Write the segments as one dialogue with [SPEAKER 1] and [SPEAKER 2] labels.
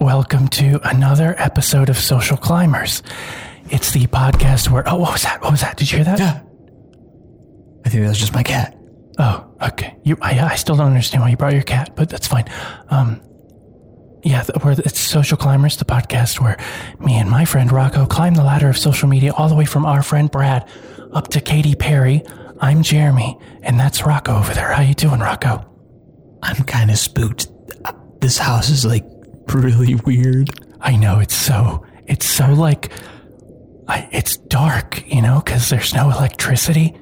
[SPEAKER 1] welcome to another episode of Social Climbers. It's the podcast where. Oh, what was that? What was that? Did you hear that?
[SPEAKER 2] Yeah. I think that was just my cat.
[SPEAKER 1] Oh, okay. You, I, I still don't understand why you brought your cat, but that's fine. Um, yeah, th- we're, it's Social Climbers, the podcast where me and my friend Rocco climb the ladder of social media all the way from our friend Brad up to Katy Perry. I'm Jeremy, and that's Rocco over there. How you doing, Rocco?
[SPEAKER 2] I'm kind of spooked. Uh, This house is like really weird.
[SPEAKER 1] I know it's so it's so like I, it's dark, you know, because there's no electricity.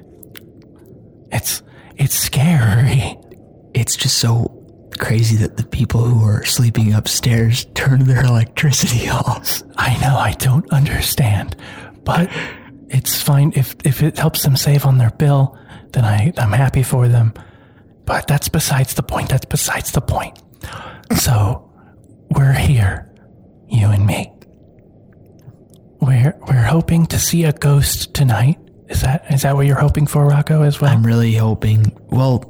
[SPEAKER 1] It's it's scary.
[SPEAKER 2] It's just so crazy that the people who are sleeping upstairs turn their electricity off.
[SPEAKER 1] I know I don't understand, but it's fine if if it helps them save on their bill, then I I'm happy for them. But that's besides the point. That's besides the point. So we're here, you and me. We're we're hoping to see a ghost tonight. Is that is that what you're hoping for, Rocco? As well.
[SPEAKER 2] I'm really hoping, well,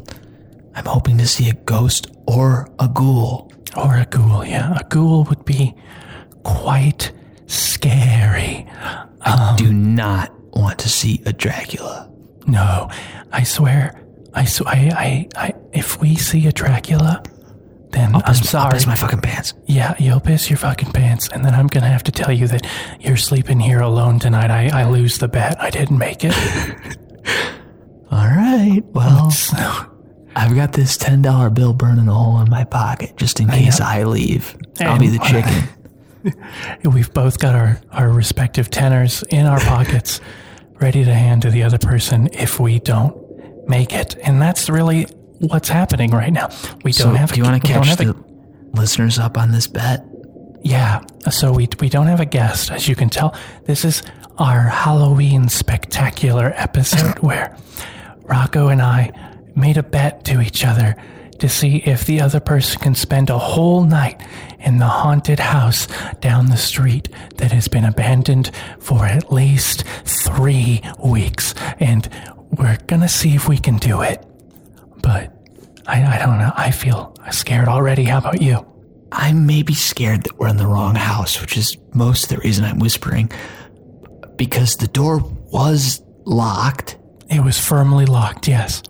[SPEAKER 2] I'm hoping to see a ghost or a ghoul.
[SPEAKER 1] Or a ghoul, yeah. A ghoul would be quite scary.
[SPEAKER 2] I Um, do not want to see a Dracula.
[SPEAKER 1] No, I swear, I sw- I, I, I, if we see a Dracula, then I'm
[SPEAKER 2] Piss- I'll
[SPEAKER 1] sorry.
[SPEAKER 2] piss my fucking pants.
[SPEAKER 1] yeah, you'll piss your fucking pants, and then I'm gonna have to tell you that you're sleeping here alone tonight. I, I lose the bet. I didn't make it.
[SPEAKER 2] All right. Well,
[SPEAKER 1] So,
[SPEAKER 2] I've got this $10 bill burning a hole in my pocket just in case I leave. I'll be the
[SPEAKER 1] And-
[SPEAKER 2] chicken.
[SPEAKER 1] we've both got our, our respective tenors in our pockets, ready to hand to the other person if we don't make it, and that's really what's happening right now. We
[SPEAKER 2] So
[SPEAKER 1] don't have.
[SPEAKER 2] do you
[SPEAKER 1] a-
[SPEAKER 2] want to
[SPEAKER 1] we don't
[SPEAKER 2] catch
[SPEAKER 1] have a
[SPEAKER 2] the listeners up on this bet?
[SPEAKER 1] Yeah, so we, we don't have a guest, as you can tell. This is our Halloween spectacular episode where Rocco and I made a bet to each other to see if the other person can spend a whole night in the haunted house down the street that has been abandoned for at least three weeks. And we're gonna see if we can do it. But I, I don't know. I feel scared already. How about you?
[SPEAKER 2] I'm maybe scared that we're in the wrong house, which is most of the reason I'm whispering, because the door was locked,
[SPEAKER 1] It was firmly locked, yes.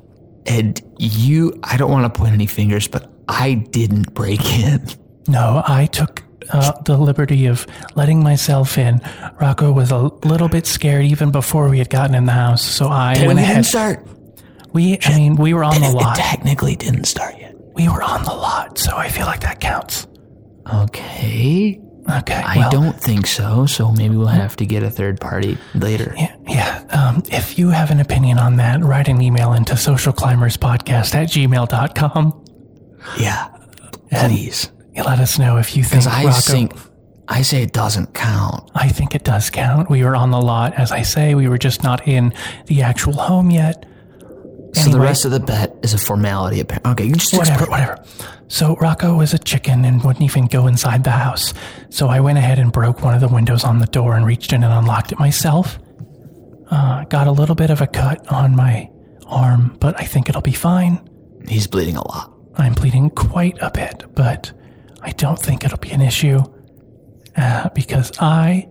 [SPEAKER 2] and you, I don't want to point any fingers, but I didn't break in.
[SPEAKER 1] No, I took uh, the liberty of letting myself in. Rocco was a little bit scared even before we had gotten in the house, so I
[SPEAKER 2] And
[SPEAKER 1] went
[SPEAKER 2] we
[SPEAKER 1] ahead.
[SPEAKER 2] didn't start.
[SPEAKER 1] we, I mean, we were on the
[SPEAKER 2] It, it
[SPEAKER 1] lot.
[SPEAKER 2] technically didn't start yet.
[SPEAKER 1] We were on the lot, so I feel like that counts.
[SPEAKER 2] Okay.
[SPEAKER 1] Okay,
[SPEAKER 2] I
[SPEAKER 1] well,
[SPEAKER 2] don't think so, so maybe we'll have to get a third party later.
[SPEAKER 1] Yeah, yeah. Um, if you have an opinion on that, write an email into socialclimberspodcast at gmail.com.
[SPEAKER 2] Yeah. Please.
[SPEAKER 1] Let us know if you think
[SPEAKER 2] I
[SPEAKER 1] Rocco.
[SPEAKER 2] think I say it doesn't count.
[SPEAKER 1] I think it does count. We were on the lot, as I say. We were just not in the actual home yet.
[SPEAKER 2] So the
[SPEAKER 1] Anyway.
[SPEAKER 2] rest of the bet is a formality. Apparently, okay, you just
[SPEAKER 1] Whatever, whatever. So Rocco was a chicken and wouldn't even go inside the house. So I went ahead and broke one of the windows on the door and reached in and unlocked it myself. Uh, got a little bit of a cut on my arm, but I think it'll be fine.
[SPEAKER 2] He's bleeding a lot.
[SPEAKER 1] I'm bleeding quite a bit, but I don't think it'll be an issue uh, because I,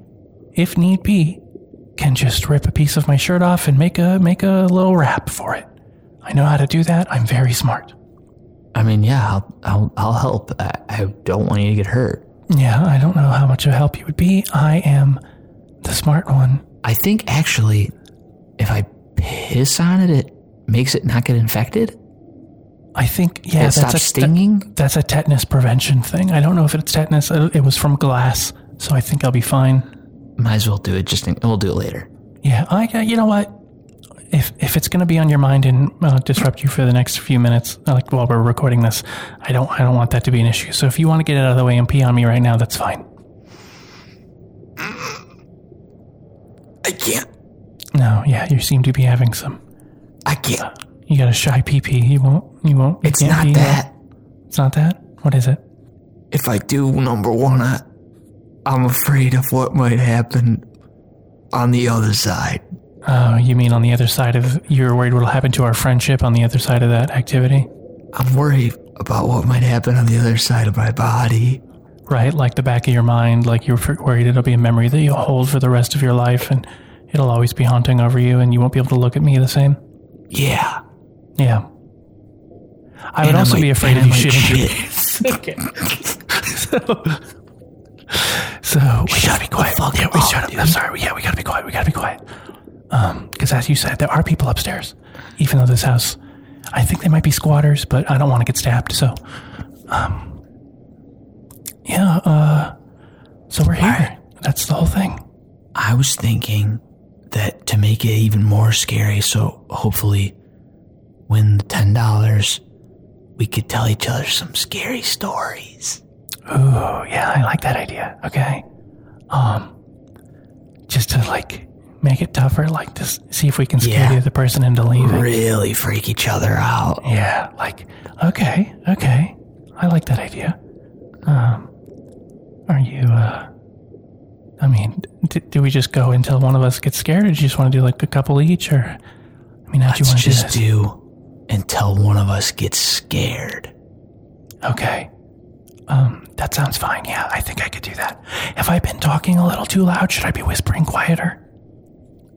[SPEAKER 1] if need be, can just rip a piece of my shirt off and make a make a little wrap for it. I know how to do that. I'm very smart.
[SPEAKER 2] I mean, yeah, I'll I'll, I'll help. I, I don't want you to get hurt.
[SPEAKER 1] Yeah, I don't know how much of help you would be. I am the smart one.
[SPEAKER 2] I think actually, if I piss on it, it makes it not get infected.
[SPEAKER 1] I think yeah,
[SPEAKER 2] it
[SPEAKER 1] that's
[SPEAKER 2] stops
[SPEAKER 1] a
[SPEAKER 2] stinging.
[SPEAKER 1] that- that's a tetanus prevention thing. I don't know if it's tetanus. Uh, It was from glass, so I think I'll be fine.
[SPEAKER 2] Might as well do it. Just in, we'll do it later.
[SPEAKER 1] Yeah, I uh, you know what? If if it's gonna be on your mind and uh, disrupt you for the next few minutes, uh, like while we're recording this, I don't I don't want that to be an issue. So if you want to get it out of the way and pee on me right now, that's fine.
[SPEAKER 2] I can't.
[SPEAKER 1] No, yeah, you seem to be having some.
[SPEAKER 2] I can't.
[SPEAKER 1] You got a shy pee pee. You won't. You won't. you
[SPEAKER 2] It's
[SPEAKER 1] can't
[SPEAKER 2] not
[SPEAKER 1] pee.
[SPEAKER 2] that.
[SPEAKER 1] It's not that. What is it?
[SPEAKER 2] If I do number one, I, I'm afraid of what might happen on the other side.
[SPEAKER 1] Oh, you mean on the other side of you're worried what'll happen to our friendship on the other side of that activity?
[SPEAKER 2] I'm worried about what might happen on the other side of my body.
[SPEAKER 1] right? Like the back of your mind, like you're f- worried it'll be a memory that you hold for the rest of your life and it'll always be haunting over you and you won't be able to look at me the same.
[SPEAKER 2] Yeah.
[SPEAKER 1] Yeah. I would
[SPEAKER 2] And I
[SPEAKER 1] also
[SPEAKER 2] might-
[SPEAKER 1] be afraid
[SPEAKER 2] and
[SPEAKER 1] of
[SPEAKER 2] I
[SPEAKER 1] you
[SPEAKER 2] might
[SPEAKER 1] shitting. your-
[SPEAKER 2] shit.
[SPEAKER 1] Okay. so, so we gotta be quiet.
[SPEAKER 2] fuck
[SPEAKER 1] yeah, we
[SPEAKER 2] up,
[SPEAKER 1] shut up. I'm
[SPEAKER 2] dude.
[SPEAKER 1] sorry. Yeah, we gotta be quiet. We gotta be quiet. Um, because as you said, there are people upstairs. Even though this house, I think they might be squatters, but I don't want to get stabbed. So, um, yeah. Uh, so we're here. That's the whole thing.
[SPEAKER 2] I was thinking that to make it even more scary, so hopefully win the ten dollars, we could tell each other some scary stories.
[SPEAKER 1] Ooh, yeah, I like that idea. Okay. Um, just to like make it tougher, like just see if we can scare
[SPEAKER 2] Yeah.
[SPEAKER 1] the other person into leaving.
[SPEAKER 2] Really freak each other out.
[SPEAKER 1] Yeah, like okay, okay, I like that idea. Um, are you? uh I mean, d- do we just go until one of us gets scared, or do you just want to do like a couple each, or I mean, how do you
[SPEAKER 2] Let's
[SPEAKER 1] want to do
[SPEAKER 2] just
[SPEAKER 1] this?
[SPEAKER 2] do until one of us gets scared.
[SPEAKER 1] Okay. Um, that sounds fine. Yeah, I think I could do that. Have I been talking a little too loud? Should I be whispering quieter?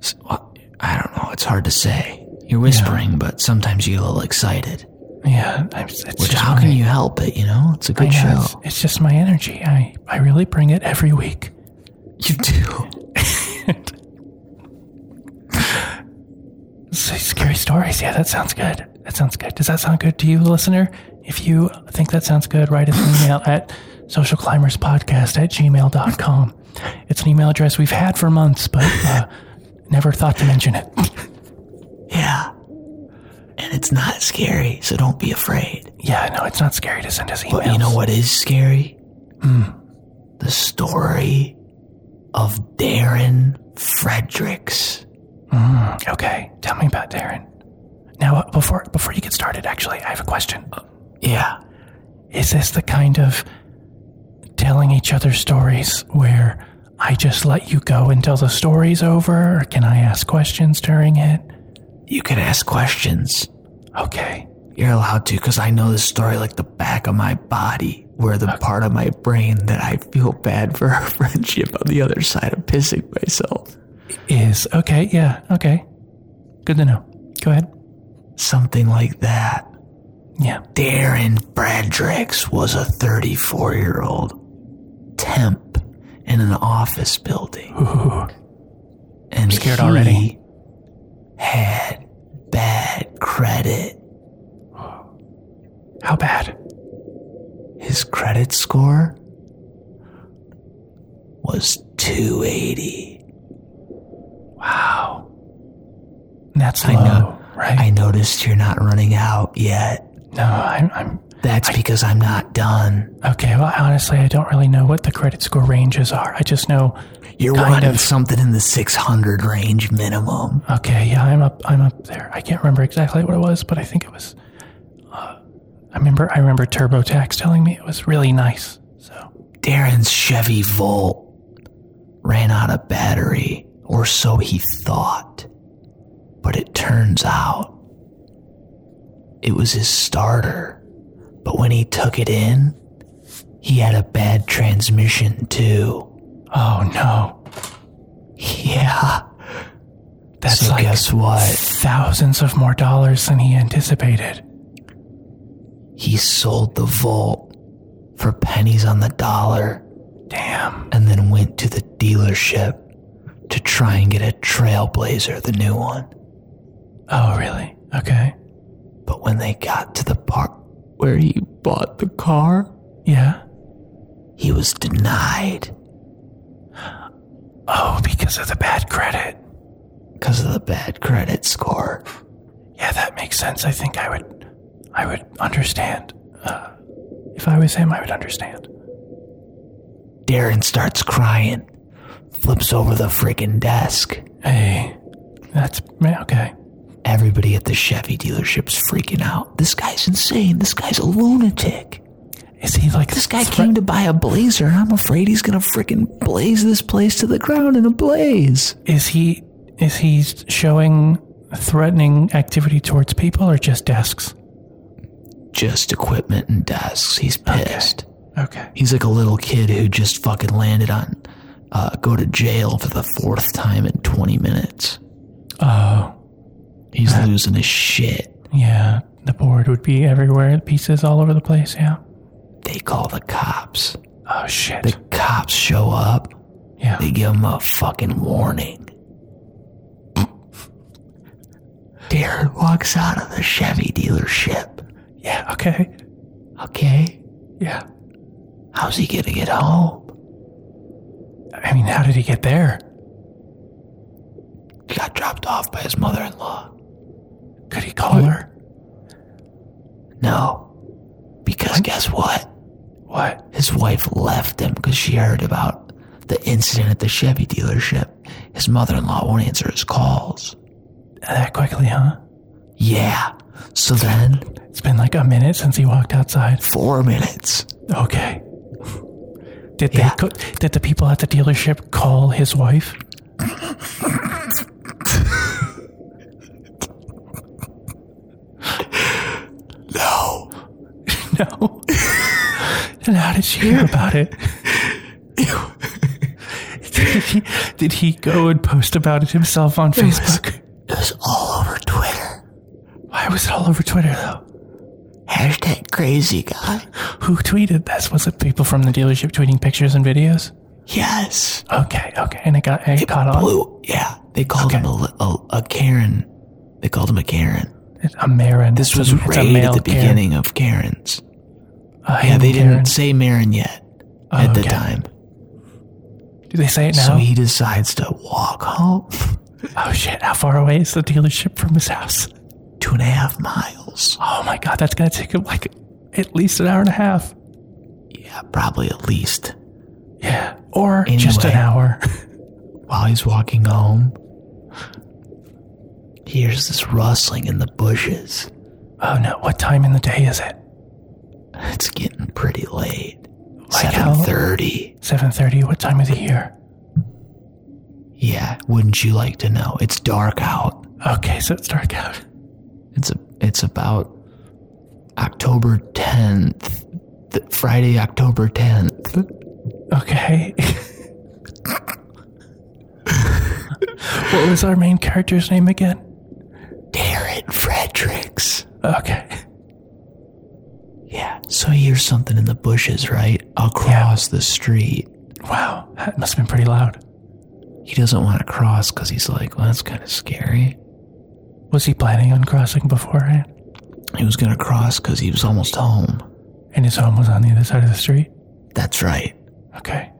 [SPEAKER 2] S- well, I don't know. It's hard to say. You're whispering, but sometimes you get a little excited.
[SPEAKER 1] Yeah, I'm, it's
[SPEAKER 2] Which
[SPEAKER 1] just
[SPEAKER 2] how
[SPEAKER 1] my-
[SPEAKER 2] can you help it? You know, it's a
[SPEAKER 1] I
[SPEAKER 2] good
[SPEAKER 1] know,
[SPEAKER 2] show.
[SPEAKER 1] it's, it's just my energy. I I really bring it every week.
[SPEAKER 2] You do.
[SPEAKER 1] Say scary stories. Yeah, that sounds good. That sounds good. Does that sound good to you, listener? If you think that sounds good, write us an email at socialclimberspodcast at gmail.com. It's an email address we've had for months, but uh, never thought to mention it.
[SPEAKER 2] Yeah. And it's not scary, so don't be afraid.
[SPEAKER 1] Yeah, no, it's not scary to send us emails.
[SPEAKER 2] But you know what is scary? Hmm. The story of Darren Fredericks.
[SPEAKER 1] Okay, tell me about Darren. Now, uh, before before you get started, actually, I have a question.
[SPEAKER 2] Uh, Yeah.
[SPEAKER 1] Is this the kind of telling each other stories where I just let you go until the story's over, or can I ask questions during it?
[SPEAKER 2] You can ask questions.
[SPEAKER 1] Okay.
[SPEAKER 2] You're allowed to, because I know this story like the back of my body, where the part of my brain that I feel bad for our friendship on the other side of pissing myself.
[SPEAKER 1] Is okay, yeah, okay. Good to know. Go ahead.
[SPEAKER 2] Something like that.
[SPEAKER 1] Yeah.
[SPEAKER 2] Darren Fredericks was a 34 year old temp in an office building.
[SPEAKER 1] Ooh.
[SPEAKER 2] And
[SPEAKER 1] scared
[SPEAKER 2] he
[SPEAKER 1] already.
[SPEAKER 2] Had bad credit.
[SPEAKER 1] How bad?
[SPEAKER 2] His credit score was 280.
[SPEAKER 1] Wow. That's
[SPEAKER 2] I
[SPEAKER 1] low,
[SPEAKER 2] know.
[SPEAKER 1] right?
[SPEAKER 2] I noticed you're not running out yet.
[SPEAKER 1] no, I'm, I'm
[SPEAKER 2] That's because I'm not done.
[SPEAKER 1] okay. Well, honestly, I don't really know what the credit score ranges are. I just know
[SPEAKER 2] You're
[SPEAKER 1] Kind
[SPEAKER 2] wanting
[SPEAKER 1] of.
[SPEAKER 2] something in the 600 range minimum.
[SPEAKER 1] Okay, yeah, I'm up. I'm up there. I can't remember exactly what it was, but I think it was. Uh, I remember. I remember TurboTax telling me it was really nice. So
[SPEAKER 2] Darren's Chevy Volt ran out of battery, or so he thought. But it turns out it was his starter. But when he took it in, he had a bad transmission too.
[SPEAKER 1] oh no,
[SPEAKER 2] Yeah.
[SPEAKER 1] that's
[SPEAKER 2] so
[SPEAKER 1] like
[SPEAKER 2] guess what?
[SPEAKER 1] thousands of more dollars than he anticipated.
[SPEAKER 2] He sold the Volt for pennies on the dollar
[SPEAKER 1] Damn.
[SPEAKER 2] and then went to the dealership to try and get a Trailblazer, the new one.
[SPEAKER 1] Oh really? Okay.
[SPEAKER 2] But when they got to the part where he bought the car,
[SPEAKER 1] Yeah.
[SPEAKER 2] he was denied
[SPEAKER 1] Oh, because of the bad credit.
[SPEAKER 2] because of the bad credit score.
[SPEAKER 1] Yeah, that makes sense. I think I would. I would understand. Uh, if I was him, I would understand.
[SPEAKER 2] Darren starts crying, flips over the freaking desk.
[SPEAKER 1] Hey, that's okay.
[SPEAKER 2] Everybody at the Chevy dealership's freaking out. This guy's insane. This guy's a lunatic.
[SPEAKER 1] Is he like
[SPEAKER 2] This guy
[SPEAKER 1] thre-
[SPEAKER 2] came to buy a blazer. I'm afraid he's gonna freaking blaze this place to the ground in a blaze.
[SPEAKER 1] Is he is he showing threatening activity towards people or just desks?
[SPEAKER 2] Just equipment and desks. He's pissed.
[SPEAKER 1] Okay.
[SPEAKER 2] He's like a little kid who just fucking landed on uh, go to jail for the fourth time in 20 minutes.
[SPEAKER 1] Oh,
[SPEAKER 2] He's losing his shit.
[SPEAKER 1] yeah. The board would be everywhere, pieces all over the place. Yeah.
[SPEAKER 2] They call the cops.
[SPEAKER 1] Oh shit.
[SPEAKER 2] The cops show up.
[SPEAKER 1] yeah.
[SPEAKER 2] They give him a fucking warning. Darren walks out of the Chevy dealership.
[SPEAKER 1] yeah. Okay.
[SPEAKER 2] Okay.
[SPEAKER 1] Yeah.
[SPEAKER 2] How's he gonna get home?
[SPEAKER 1] I mean, how did he get there?
[SPEAKER 2] He got dropped off by his mother in law.
[SPEAKER 1] Could he call her?
[SPEAKER 2] No. Because guess what?
[SPEAKER 1] What?
[SPEAKER 2] His wife left him because she heard about the incident at the Chevy dealership. His mother in law won't answer his calls.
[SPEAKER 1] That quickly, huh?
[SPEAKER 2] Yeah. So then,
[SPEAKER 1] It's been like a minute since he walked outside.
[SPEAKER 2] four minutes.
[SPEAKER 1] Okay. Did they?
[SPEAKER 2] Yeah.
[SPEAKER 1] Co- did the people at the dealership call his wife?
[SPEAKER 2] No.
[SPEAKER 1] No. then how did she hear about it? did, he, did he go and post about it himself on Facebook?
[SPEAKER 2] It was all over Twitter.
[SPEAKER 1] Why was it all over Twitter though?
[SPEAKER 2] Hashtag crazy guy.
[SPEAKER 1] Who tweeted this? Was it people from the dealership tweeting pictures and videos?
[SPEAKER 2] Yes.
[SPEAKER 1] Okay, okay, and it got it, caught on.
[SPEAKER 2] Blue. Yeah. They called him a, li- a, a Karen. They called him a Karen.
[SPEAKER 1] It's a Marin.
[SPEAKER 2] This
[SPEAKER 1] It's a-
[SPEAKER 2] was
[SPEAKER 1] it's a
[SPEAKER 2] right at
[SPEAKER 1] male
[SPEAKER 2] the
[SPEAKER 1] Karen.
[SPEAKER 2] beginning of Karen's.
[SPEAKER 1] A
[SPEAKER 2] Yeah,
[SPEAKER 1] hidden
[SPEAKER 2] they
[SPEAKER 1] Karen. Oh,
[SPEAKER 2] didn't say Marin yet at the
[SPEAKER 1] okay.
[SPEAKER 2] time.
[SPEAKER 1] Do they say it now?
[SPEAKER 2] So he decides to walk home
[SPEAKER 1] oh shit! How far away is the dealership from his house?
[SPEAKER 2] two and a half miles.
[SPEAKER 1] Oh my god, that's gonna take him like at least an hour and a half.
[SPEAKER 2] Yeah, probably at least.
[SPEAKER 1] Yeah, or just an
[SPEAKER 2] Anyway.
[SPEAKER 1] hour.
[SPEAKER 2] While he's walking home, he hears this rustling in the bushes.
[SPEAKER 1] Oh no, what time in the day is it?
[SPEAKER 2] It's getting pretty late.
[SPEAKER 1] Like how-
[SPEAKER 2] Seven thirty.
[SPEAKER 1] 7:30. What time of the year?
[SPEAKER 2] Yeah, wouldn't you like to know? It's dark out.
[SPEAKER 1] Okay, so it's dark out.
[SPEAKER 2] It's a, it's about October tenth, th- Friday, October tenth.
[SPEAKER 1] Okay. what was our main character's name again?
[SPEAKER 2] Darren Fredericks.
[SPEAKER 1] Okay.
[SPEAKER 2] Yeah. So you hear something in the bushes, right? Across the street.
[SPEAKER 1] Wow, that must have been pretty loud.
[SPEAKER 2] He doesn't want to cross because he's like, well, that's kind of scary.
[SPEAKER 1] Was he planning on crossing beforehand?
[SPEAKER 2] He was going to cross because he was almost home.
[SPEAKER 1] And his home was on the other side of the street?
[SPEAKER 2] That's right.
[SPEAKER 1] Okay.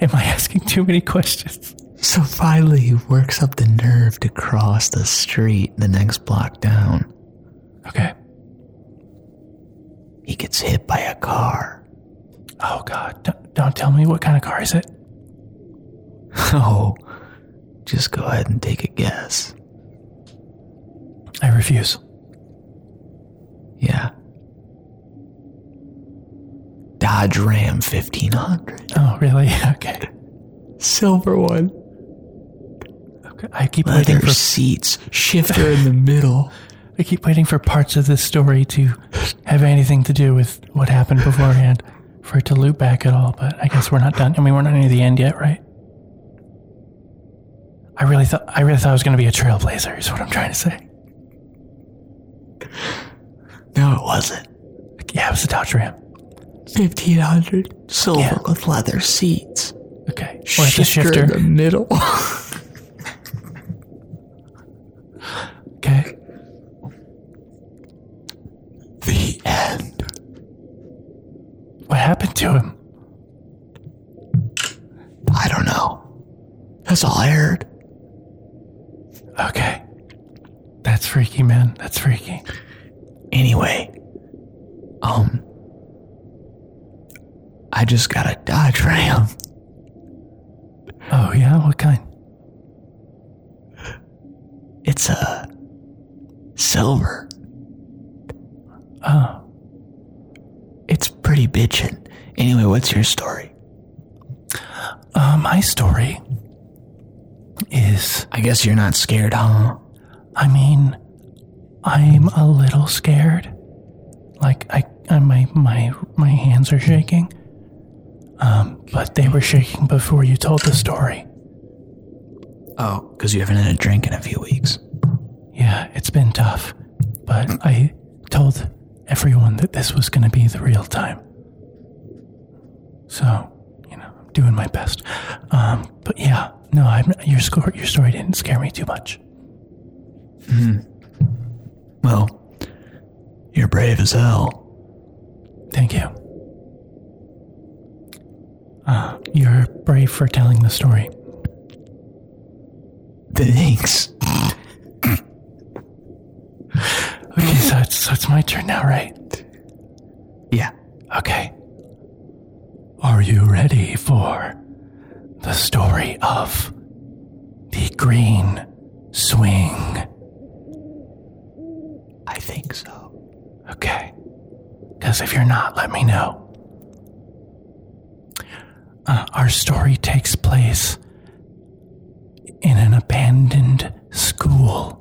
[SPEAKER 1] Am I asking too many questions?
[SPEAKER 2] So finally, he works up the nerve to cross the street the next block down.
[SPEAKER 1] Okay.
[SPEAKER 2] He gets hit by a car.
[SPEAKER 1] Oh god, don't, don't tell me what kind of car is it?
[SPEAKER 2] Oh, just go ahead and take a guess.
[SPEAKER 1] I refuse.
[SPEAKER 2] Yeah. Dodge Ram 1500.
[SPEAKER 1] Oh, really? Okay.
[SPEAKER 2] Silver one.
[SPEAKER 1] Okay. I keep waiting
[SPEAKER 2] Leather
[SPEAKER 1] for
[SPEAKER 2] seats, shifter in the middle.
[SPEAKER 1] I keep waiting for parts of this story to have anything to do with what happened beforehand for it to loop back at all, but I guess we're not done. I mean, we're not near the end yet, right? I really thought I really thought I was going to be a trailblazer. Is what I'm trying to say.
[SPEAKER 2] No, it wasn't.
[SPEAKER 1] Yeah, it was a Dodge Ram.
[SPEAKER 2] 1500. Silver
[SPEAKER 1] Yeah.
[SPEAKER 2] with leather seats.
[SPEAKER 1] Okay, or it's a shifter.
[SPEAKER 2] in the middle.
[SPEAKER 1] okay,
[SPEAKER 2] the end.
[SPEAKER 1] what happened to him?
[SPEAKER 2] I don't know. That's all I heard.
[SPEAKER 1] Okay, that's freaky, man. That's freaky.
[SPEAKER 2] Anyway, um, I just got a Dodge Ram.
[SPEAKER 1] Oh yeah, what kind?
[SPEAKER 2] It's a silver. Uh,
[SPEAKER 1] Oh,
[SPEAKER 2] It's pretty bitchin'. Anyway, what's your story?
[SPEAKER 1] uh, my story is.
[SPEAKER 2] I guess you're not scared, huh?
[SPEAKER 1] I mean, I'm a little scared. Like, I uh, my my my hands are shaking. Um, but they were shaking before you told the story.
[SPEAKER 2] Oh, because you haven't had a drink in a few weeks.
[SPEAKER 1] Yeah, it's been tough, but I told everyone that this was going to be the real time. So, you know, I'm doing my best. Um, but yeah, no, I'm, your score, your story didn't scare me too much.
[SPEAKER 2] Well, you're brave as hell.
[SPEAKER 1] Thank you. Uh, you're brave for telling the story.
[SPEAKER 2] Thanks.
[SPEAKER 1] Okay, so it's so it's my turn now, right?
[SPEAKER 2] Yeah.
[SPEAKER 1] Okay. Are you ready for the story of the green swing?
[SPEAKER 2] I think so.
[SPEAKER 1] Okay. Because if you're not, let me know. Uh, our story takes place in an abandoned school.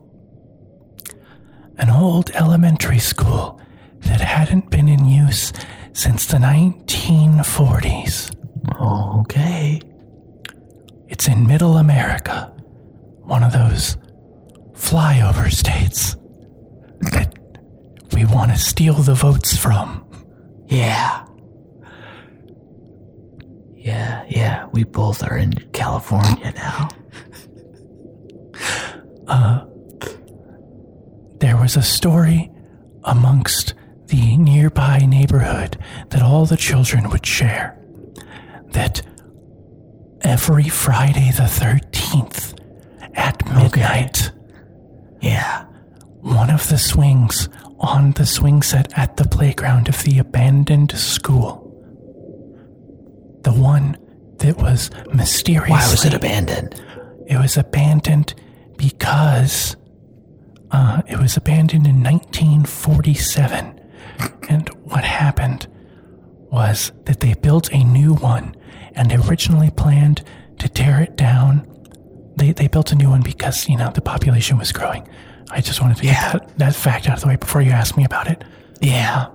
[SPEAKER 1] An old elementary school that hadn't been in use since the 1940s.
[SPEAKER 2] Okay.
[SPEAKER 1] It's in middle America, one of those flyover states that we want to steal the votes from.
[SPEAKER 2] Yeah. Yeah, yeah. We both are in California now.
[SPEAKER 1] There was a story amongst the nearby neighborhood that all the children would share that every Friday the 13th at midnight,
[SPEAKER 2] Yeah.
[SPEAKER 1] one of the swings on the swing set at the playground of the abandoned school, the one that was mysteriously
[SPEAKER 2] Why was it abandoned?
[SPEAKER 1] It was abandoned because uh, it was abandoned in 1947. And what happened was that they built a new one and originally planned to tear it down. They, they built a new one because, you know, the population was growing. I just wanted to
[SPEAKER 2] Yeah.
[SPEAKER 1] get that, that fact out of the way before you asked me about it
[SPEAKER 2] Yeah.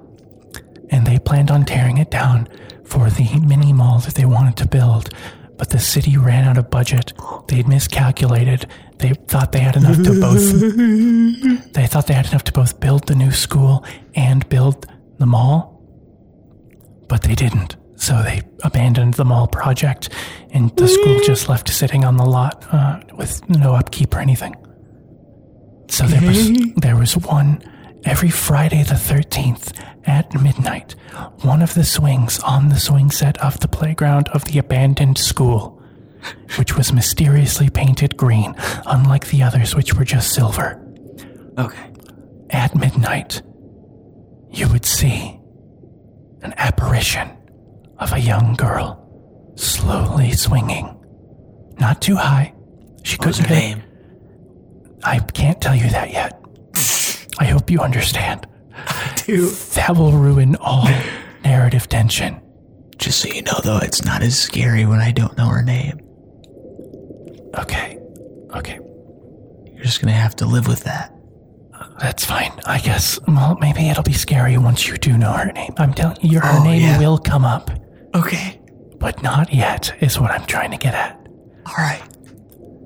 [SPEAKER 1] and they planned on tearing it down for the mini mall that they wanted to build. But the city ran out of budget. They miscalculated. They thought they had enough to both. They thought they had enough to both build the new school and build the mall, but they didn't. So they abandoned the mall project, and the school just left sitting on the lot uh, with no upkeep or anything. So there was there was one every Friday the thirteenth at midnight. One of the swings on the swing set of the playground of the abandoned school, which was mysteriously painted green, unlike the others which were just silver.
[SPEAKER 2] Okay.
[SPEAKER 1] At midnight, you would see an apparition of a young girl slowly swinging, not too high. She
[SPEAKER 2] What was
[SPEAKER 1] couldn't
[SPEAKER 2] her
[SPEAKER 1] get-
[SPEAKER 2] name?
[SPEAKER 1] I can't tell you that yet. I hope you understand.
[SPEAKER 2] Dude.
[SPEAKER 1] That will ruin all narrative tension.
[SPEAKER 2] Just so you know, though, it's not as scary when I don't know her name.
[SPEAKER 1] Okay. Okay.
[SPEAKER 2] You're just gonna have to live with that.
[SPEAKER 1] That's fine. I guess. Well, maybe it'll be scary once you do know her name. I'm telling you, her
[SPEAKER 2] Oh,
[SPEAKER 1] name
[SPEAKER 2] yeah.
[SPEAKER 1] will come up,
[SPEAKER 2] Okay.
[SPEAKER 1] but not yet, is what I'm trying to get at.
[SPEAKER 2] All right.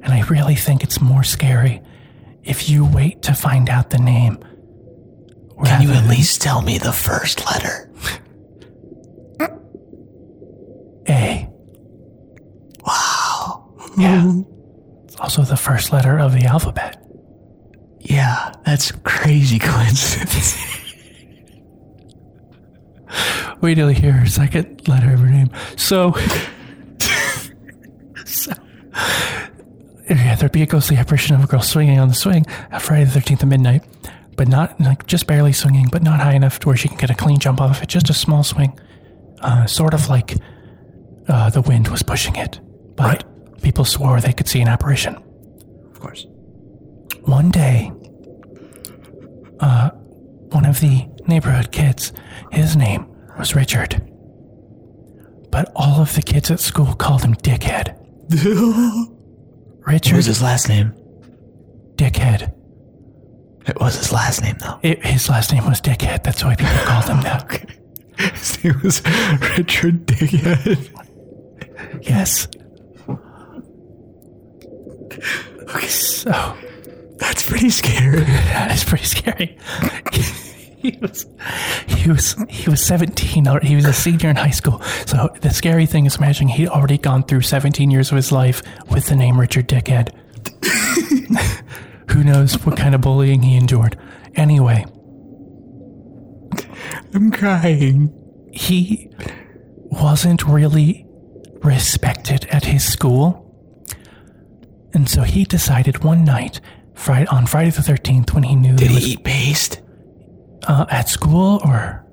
[SPEAKER 1] And I really think it's more scary if you wait to find out the name.
[SPEAKER 2] Can you
[SPEAKER 1] rather
[SPEAKER 2] at
[SPEAKER 1] than-
[SPEAKER 2] least tell me the first letter?
[SPEAKER 1] A. Wow. Yeah.
[SPEAKER 2] Mm.
[SPEAKER 1] It's also the first letter of the alphabet.
[SPEAKER 2] Yeah, that's a crazy coincidence.
[SPEAKER 1] Wait till you hear her second letter of her name. So, So- yeah, there'd be a ghostly apparition of a girl swinging on the swing at Friday the Thirteenth at midnight, but not like just barely swinging, but not high enough to where she can get a clean jump off it. Just a small swing, uh, sort of like uh, the wind was pushing it. But people swore they could see an apparition
[SPEAKER 2] of course.
[SPEAKER 1] one day, uh, one of the neighborhood kids, his name was Richard. But all of the kids at school called him Dickhead.
[SPEAKER 2] what
[SPEAKER 1] Richard
[SPEAKER 2] was his last name?
[SPEAKER 1] Dickhead.
[SPEAKER 2] It was his last name, though.
[SPEAKER 1] It, his last name was Dickhead. That's why people called him that.
[SPEAKER 2] His name was Richard Dickhead.
[SPEAKER 1] Yes.
[SPEAKER 2] Okay,
[SPEAKER 1] So
[SPEAKER 2] that's pretty scary.
[SPEAKER 1] that is pretty scary. he was he was he was 17 or he was a senior in high school so the scary thing is imagining he'd already gone through 17 years of his life with the name richard dickhead who knows what kind of bullying he endured anyway
[SPEAKER 2] I'm crying.
[SPEAKER 1] he wasn't really respected at his school. And so he decided one night, Friday, on Friday the 13th, when he knew
[SPEAKER 2] Did
[SPEAKER 1] he was
[SPEAKER 2] he eat paste?
[SPEAKER 1] uh, at school, or,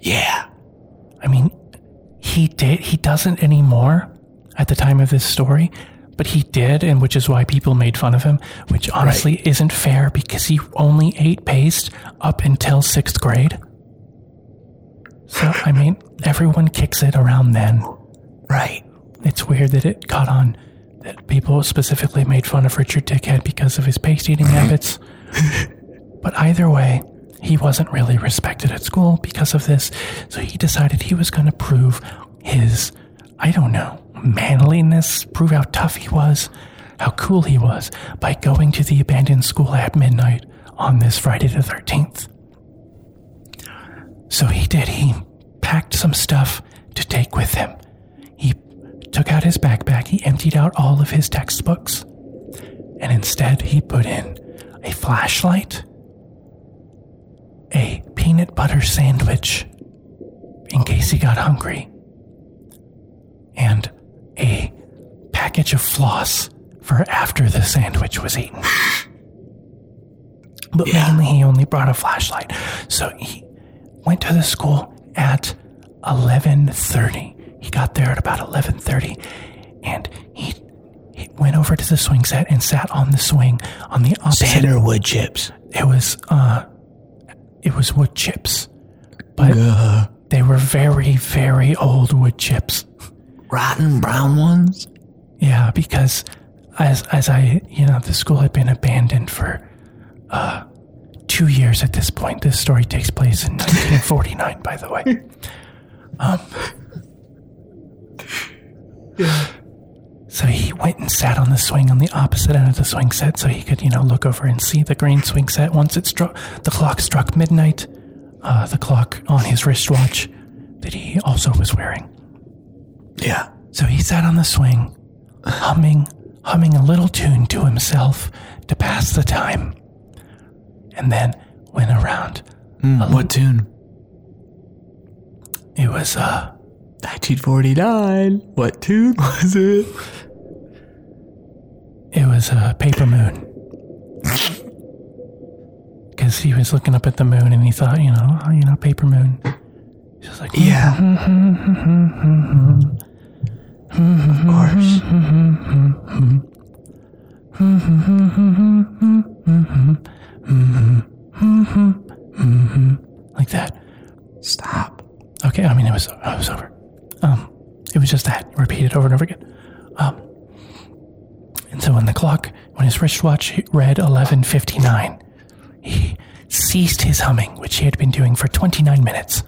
[SPEAKER 2] Yeah.
[SPEAKER 1] I mean, he did, he doesn't anymore at the time of this story, but he did, and which is why people made fun of him, which honestly isn't fair because he only ate paste up until sixth grade. So, I mean, everyone kicks it around then.
[SPEAKER 2] Right.
[SPEAKER 1] It's weird that it caught on that people specifically made fun of Richard Dickhead because of his paste eating habits. but either way, he wasn't really respected at school because of this, so he decided he was going to prove his, I don't know, manliness, prove how tough he was, how cool he was, by going to the abandoned school at midnight on this Friday the 13th. So he did. He packed some stuff to take with him. He took out his backpack, he emptied out all of his textbooks, and instead he put in a flashlight, a peanut butter sandwich in case he got hungry, and a package of floss for after the sandwich was eaten. But
[SPEAKER 2] Yeah.
[SPEAKER 1] mainly he only brought a flashlight. So he went to the school at 11:30. He got there at about 11:30 and he, he went over to the swing set and sat on the swing on the opposite
[SPEAKER 2] Sand or wood chips?
[SPEAKER 1] it was uh it was wood chips. But
[SPEAKER 2] Uh,
[SPEAKER 1] they were very very old wood chips.
[SPEAKER 2] rotten brown ones?
[SPEAKER 1] Yeah, because as as I you know, the school had been abandoned for uh two years at this point. This story takes place in nineteen forty nine, by the way. Um So he went and sat on the swing on the opposite end of the swing set so he could, you know, look over and see the green swing set. Once it struck, the clock struck midnight, uh, the clock on his wristwatch that he also was wearing.
[SPEAKER 2] Yeah.
[SPEAKER 1] So he sat on the swing, humming, humming a little tune to himself to pass the time, and then went around.
[SPEAKER 2] Hmm. what tune?
[SPEAKER 1] It was uh,
[SPEAKER 2] 1949. What tune was it?
[SPEAKER 1] it was a paper moon. Because he was looking up at the moon and he thought, you know, oh, you know, paper moon. Just like, hmm,
[SPEAKER 2] Yeah. of course.
[SPEAKER 1] like that.
[SPEAKER 2] Stop.
[SPEAKER 1] Okay, I mean it was it was over. Um, it was just that repeated over and over again. Um, and so when the clock, when his wristwatch read eleven fifty nine, he ceased his humming, which he had been doing for twenty nine minutes,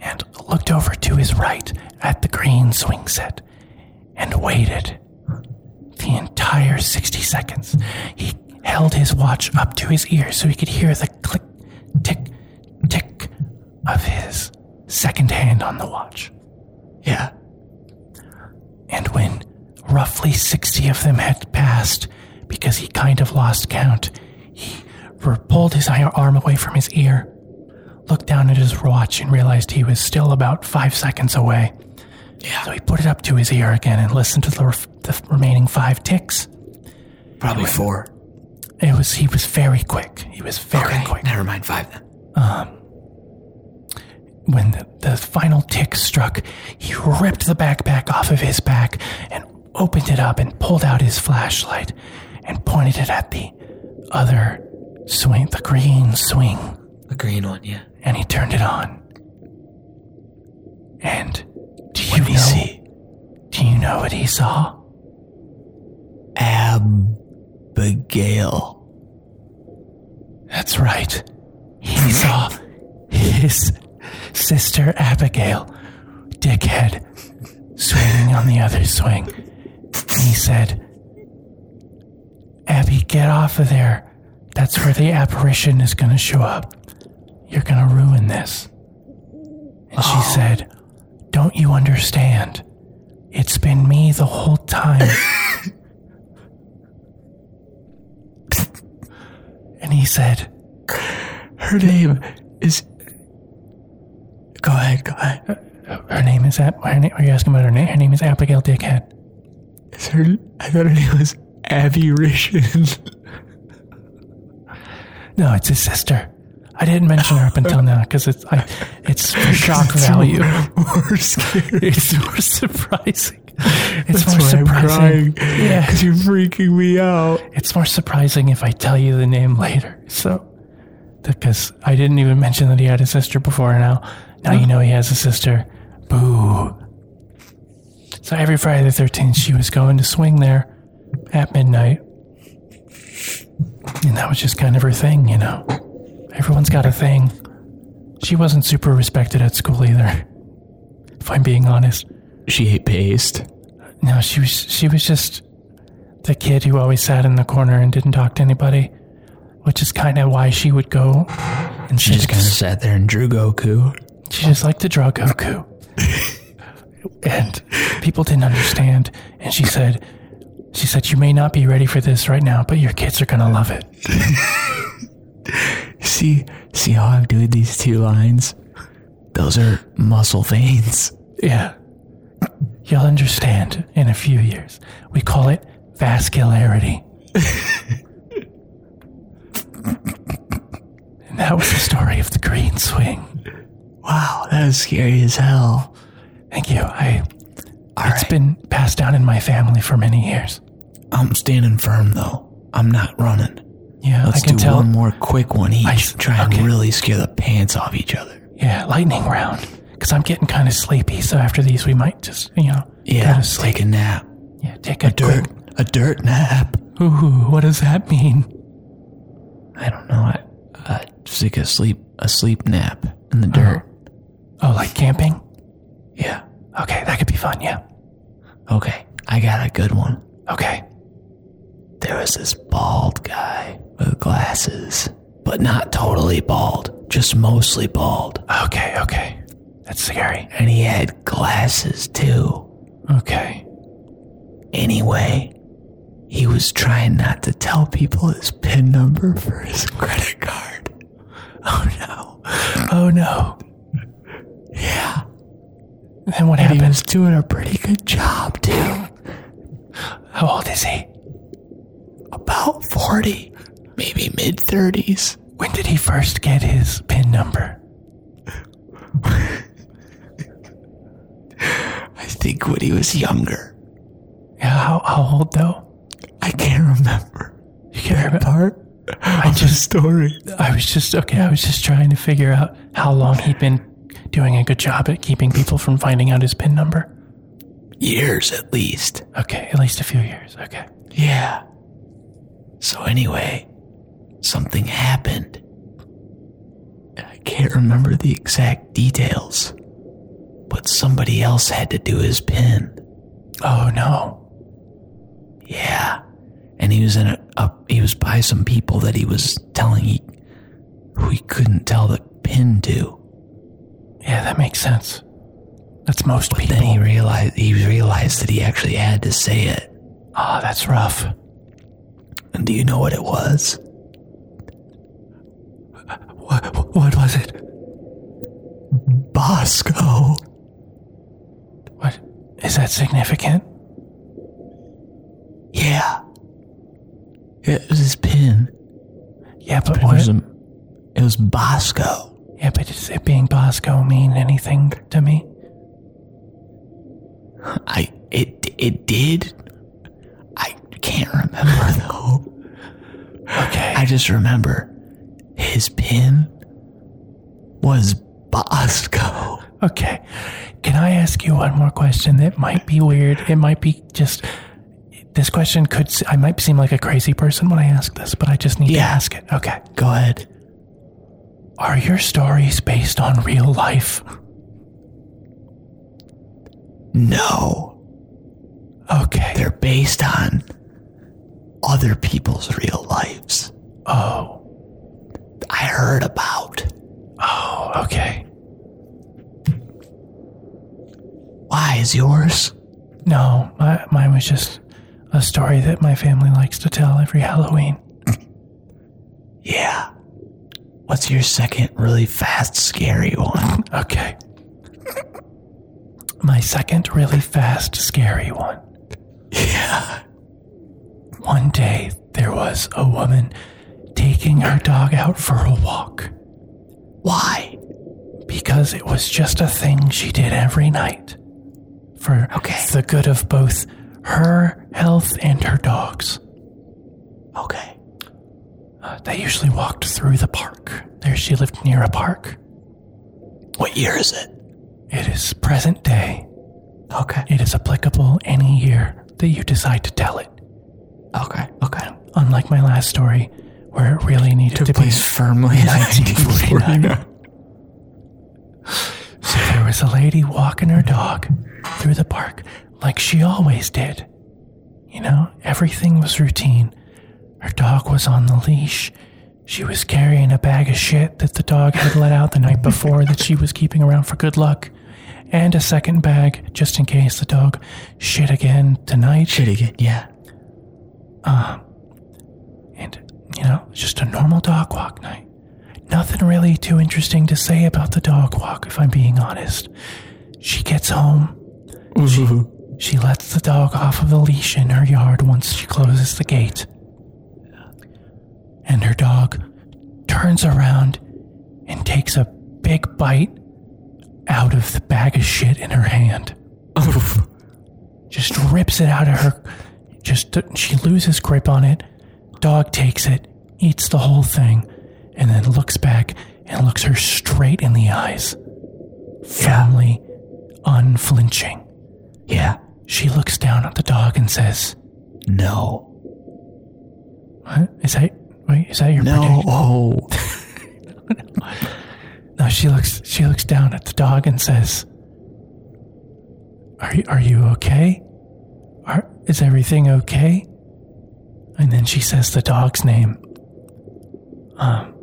[SPEAKER 1] and looked over to his right at the green swing set, and waited the entire sixty seconds. He held his watch up to his ear so he could hear the click, tick, tick of his second hand on the watch.
[SPEAKER 2] Yeah.
[SPEAKER 1] And when roughly 60 of them had passed, because he kind of lost count, he r- pulled his i- arm away from his ear, looked down at his watch, and realized he was still about five seconds away.
[SPEAKER 2] Yeah.
[SPEAKER 1] So he put it up to his ear again and listened to the, ref- the remaining five ticks.
[SPEAKER 2] Probably four.
[SPEAKER 1] It was he was very quick. He was very
[SPEAKER 2] Okay.
[SPEAKER 1] quick.
[SPEAKER 2] Never mind five then.
[SPEAKER 1] When the, the final tick struck, he ripped the backpack off of his back and opened it up and pulled out his flashlight and pointed it at the other swing, the green swing,
[SPEAKER 2] The green one, yeah.
[SPEAKER 1] and he turned it on. And do you
[SPEAKER 2] What did
[SPEAKER 1] know?
[SPEAKER 2] he see?
[SPEAKER 1] Do you know what he saw?
[SPEAKER 2] Abigail.
[SPEAKER 1] Sister Abigail, dickhead, swinging on the other swing. He said, Abby, get off of there. That's where the apparition is going to show up. You're going to ruin this. And she said, Don't you understand? It's been me the whole time. and he said,
[SPEAKER 2] Her name is. Go ahead, go ahead.
[SPEAKER 1] Her name is Ab. Her na- are you asking about her name? Her name is Abigail Dickhead.
[SPEAKER 2] Is her? I thought her name was Abby Rishin.
[SPEAKER 1] No, it's his sister. I didn't mention her up until now because it's I, it's for shock value.
[SPEAKER 2] More scary.
[SPEAKER 1] It's more surprising. It's
[SPEAKER 2] That's
[SPEAKER 1] more
[SPEAKER 2] why
[SPEAKER 1] surprising.
[SPEAKER 2] I'm crying.
[SPEAKER 1] Yeah,
[SPEAKER 2] Because you're freaking me out.
[SPEAKER 1] it's more surprising if I tell you the name later. So, because I didn't even mention that he had a sister before. Now, now you know he has a sister. Boo. So every Friday the thirteenth, she was going to swing there at midnight, and that was just kind of her thing, you know. Everyone's got a thing. She wasn't super respected at school either, if I'm being honest.
[SPEAKER 2] She ate paste.
[SPEAKER 1] No, she was she was just the kid who always sat in the corner and didn't talk to anybody, which is kind of why she would go. And she
[SPEAKER 2] She
[SPEAKER 1] just
[SPEAKER 2] just kind of sat there and drew Goku.
[SPEAKER 1] she just liked to draw Goku, and people didn't understand. And she said, she said, you may not be ready for this right now, but your kids are gonna love it.
[SPEAKER 2] See, see how I'm doing these two lines? Those are muscle veins.
[SPEAKER 1] Yeah, you'll understand in a few years. We call it vascularity. and that was the story of the green swing.
[SPEAKER 2] Wow, that was scary as hell.
[SPEAKER 1] Thank you. I.
[SPEAKER 2] All
[SPEAKER 1] It's
[SPEAKER 2] right.
[SPEAKER 1] been passed down in my family for many years.
[SPEAKER 2] I'm standing firm though. I'm not running.
[SPEAKER 1] Yeah,
[SPEAKER 2] Let's
[SPEAKER 1] I can
[SPEAKER 2] do
[SPEAKER 1] tell.
[SPEAKER 2] one more quick one each.
[SPEAKER 1] s-
[SPEAKER 2] try
[SPEAKER 1] okay.
[SPEAKER 2] and really scare the pants off each other.
[SPEAKER 1] Yeah, lightning round. Because I'm getting kind of sleepy. So after these, we might just you know
[SPEAKER 2] Yeah,
[SPEAKER 1] go to
[SPEAKER 2] just
[SPEAKER 1] sleep.
[SPEAKER 2] take a nap.
[SPEAKER 1] Yeah, take a
[SPEAKER 2] Dirt,
[SPEAKER 1] quick.
[SPEAKER 2] a dirt nap.
[SPEAKER 1] Ooh, what does that mean?
[SPEAKER 2] I don't know. I, I just take a sleep, Uh, a sleep nap in the dirt.
[SPEAKER 1] Oh, like camping?
[SPEAKER 2] Yeah.
[SPEAKER 1] Okay, that could be fun. Yeah.
[SPEAKER 2] Okay. I got a good one.
[SPEAKER 1] Okay.
[SPEAKER 2] There was this bald guy with glasses, but not totally bald, just mostly bald.
[SPEAKER 1] Okay. Okay. That's scary.
[SPEAKER 2] And he had glasses too.
[SPEAKER 1] Okay.
[SPEAKER 2] Anyway, he was trying not to tell people his PIN number for his credit card. Oh no.
[SPEAKER 1] Oh no.
[SPEAKER 2] Yeah.
[SPEAKER 1] And what
[SPEAKER 2] And he
[SPEAKER 1] happens?
[SPEAKER 2] was doing a pretty good job too.
[SPEAKER 1] How old is he?
[SPEAKER 2] About 40, maybe mid 30s.
[SPEAKER 1] When did he first get his pin number?
[SPEAKER 2] I think when he was younger.
[SPEAKER 1] Yeah. How, how old though?
[SPEAKER 2] I can't remember.
[SPEAKER 1] You can't remember.
[SPEAKER 2] Part I
[SPEAKER 1] just-
[SPEAKER 2] story.
[SPEAKER 1] I was just okay. I was just trying to figure out how long he'd been doing a good job at keeping people from finding out his pin number.
[SPEAKER 2] Years at least.
[SPEAKER 1] Okay, at least a few years. Okay.
[SPEAKER 2] Yeah. So anyway, something happened. And I can't remember the exact details, but somebody else had to do his pin.
[SPEAKER 1] Oh no.
[SPEAKER 2] Yeah. And he was in a, a he was by some people that he was telling he who he couldn't tell the pin to.
[SPEAKER 1] Yeah, that makes sense. That's most people.
[SPEAKER 2] Then he realized he realized that he actually had to say it.
[SPEAKER 1] oh, that's rough.
[SPEAKER 2] And do you know what it was?
[SPEAKER 1] What, what was it?
[SPEAKER 2] Bosco.
[SPEAKER 1] What is that significant?
[SPEAKER 2] Yeah. It was his pin.
[SPEAKER 1] Yeah, but
[SPEAKER 2] It
[SPEAKER 1] what?
[SPEAKER 2] was, a, it was Bosco.
[SPEAKER 1] yeah, but does it being Bosco mean anything to me?
[SPEAKER 2] I it it did. I can't remember though.
[SPEAKER 1] Okay.
[SPEAKER 2] I just remember his pin was Bosco.
[SPEAKER 1] Okay. Can I ask you one more question that might be weird? It might be just this question could s- I might seem like a crazy person when I ask this, but I just need
[SPEAKER 2] Yeah.
[SPEAKER 1] to ask it. Okay.
[SPEAKER 2] Go ahead.
[SPEAKER 1] Are your stories based on real life?
[SPEAKER 2] No,
[SPEAKER 1] Okay.
[SPEAKER 2] they're based on other people's real lives.
[SPEAKER 1] Oh,
[SPEAKER 2] I heard about.
[SPEAKER 1] oh, okay.
[SPEAKER 2] Why is yours?
[SPEAKER 1] No, my, mine was just a story that my family likes to tell every Halloween.
[SPEAKER 2] Yeah. What's your second really fast, scary one?
[SPEAKER 1] Okay. My second really fast, scary one.
[SPEAKER 2] Yeah.
[SPEAKER 1] One day, there was a woman taking her dog out for a walk
[SPEAKER 2] Why?
[SPEAKER 1] because it was just a thing she did every night for
[SPEAKER 2] Okay.
[SPEAKER 1] the good of both her health and her dogs.
[SPEAKER 2] Okay.
[SPEAKER 1] Uh, they usually walked through the park. There, she lived near a park.
[SPEAKER 2] What year is it?
[SPEAKER 1] It is present day.
[SPEAKER 2] Okay.
[SPEAKER 1] It is applicable any year that you decide to tell it.
[SPEAKER 2] Okay. Okay.
[SPEAKER 1] Unlike my last story, where it really needed to be.
[SPEAKER 2] Place firmly in 1949.
[SPEAKER 1] So there was a lady walking her dog through the park like she always did. You know, everything was routine. Her dog was on the leash. She was carrying a bag of shit that the dog had let out the night before that she was keeping around for good luck. And a second bag just in case the dog shit again tonight.
[SPEAKER 2] Shit again. Yeah.
[SPEAKER 1] And, you know, it's just a normal dog walk night. Nothing really too interesting to say about the dog walk, if I'm being honest. She gets home, she lets the dog off of the leash in her yard once she closes the gate. And her dog turns around and takes a big bite out of the bag of shit in her hand just rips it out of her. Just she loses grip on it. Dog takes it, eats the whole thing, and then looks back and looks her straight in the eyes, firmly, unflinching.
[SPEAKER 2] yeah.
[SPEAKER 1] She looks down at the dog and says,
[SPEAKER 2] No.
[SPEAKER 1] "What is that? Wait, is that your
[SPEAKER 2] No.
[SPEAKER 1] prediction?"
[SPEAKER 2] Oh.
[SPEAKER 1] No, she looks. She looks down at the dog and says, "Are you are you okay? Are, is everything okay?" And then she says the dog's name. Um,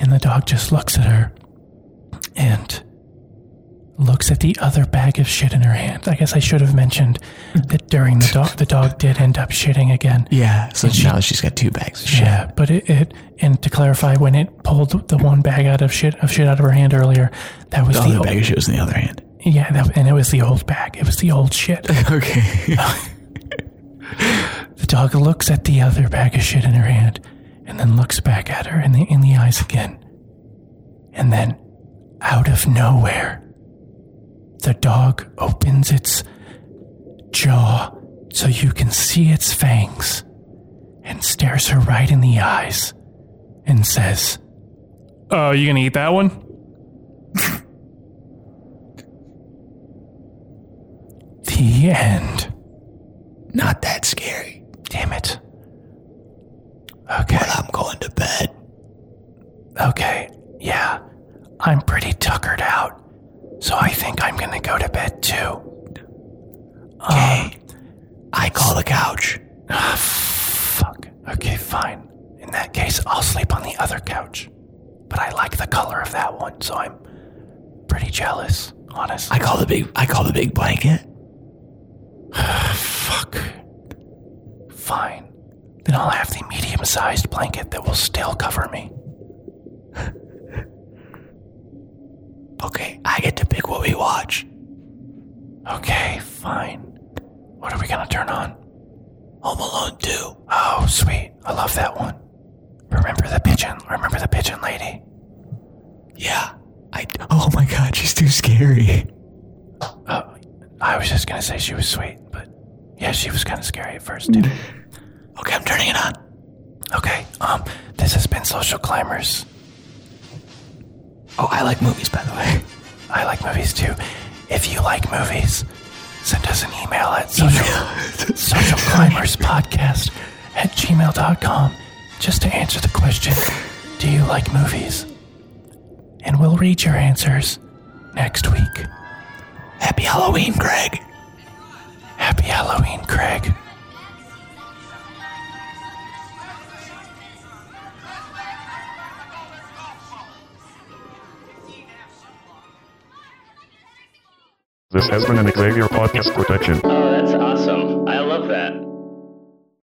[SPEAKER 1] and the dog just looks at her and looks at the other bag of shit in her hand. I guess I should have mentioned that during the dog, the dog did end up shitting again.
[SPEAKER 2] Yeah. So now she's got two bags of shit.
[SPEAKER 1] Yeah, but it, it and to clarify, when it pulled the one bag out of shit of shit out of her hand earlier, that was
[SPEAKER 2] The
[SPEAKER 1] the
[SPEAKER 2] other
[SPEAKER 1] old,
[SPEAKER 2] bag of shit was in the other hand.
[SPEAKER 1] yeah, that, and it was the old bag. It was the old shit.
[SPEAKER 2] Okay.
[SPEAKER 1] the dog looks at the other bag of shit in her hand, and then looks back at her in the in the eyes again, and then out of nowhere, the dog opens its jaw so you can see its fangs, and stares her right in the eyes, and says. Oh, you gonna eat that one? the end.
[SPEAKER 2] Not that scary.
[SPEAKER 1] Damn it. Okay.
[SPEAKER 2] But I'm going to bed.
[SPEAKER 1] Okay. Yeah. I'm pretty tuckered out. So I think I'm gonna go to bed too.
[SPEAKER 2] Okay. I call the couch.
[SPEAKER 1] Fuck. Okay, fine. In that case, I'll sleep on the other couch. But I like the color of that one, so I'm pretty jealous, honestly.
[SPEAKER 2] I call the big. I call the big blanket.
[SPEAKER 1] Fuck. Fine. Then I'll have the medium sized blanket that will still cover me.
[SPEAKER 2] Okay. I get to pick what we watch.
[SPEAKER 1] Okay, fine. What are we gonna turn on?
[SPEAKER 2] Home Alone Two.
[SPEAKER 1] Oh, sweet. I love that one. Remember the pigeon. Remember the pigeon lady.
[SPEAKER 2] Yeah. I. Oh my God. She's too scary.
[SPEAKER 1] Oh, I was just gonna say she was sweet, but yeah, she was kind of scary at first too.
[SPEAKER 2] Okay. I'm turning it on.
[SPEAKER 1] okay. Um, this has been Social Climbers.
[SPEAKER 2] Oh, I like movies, by the way.
[SPEAKER 1] I like movies too. If you like movies, send us an email at social, social climbers podcast at gmail.com just to answer the question Do you like movies? and we'll read your answers next week.
[SPEAKER 2] Happy Halloween, Greg.
[SPEAKER 1] Happy Halloween, Craig.
[SPEAKER 3] This has been an Xavier Podcast production.
[SPEAKER 4] Oh, that's awesome. I love that.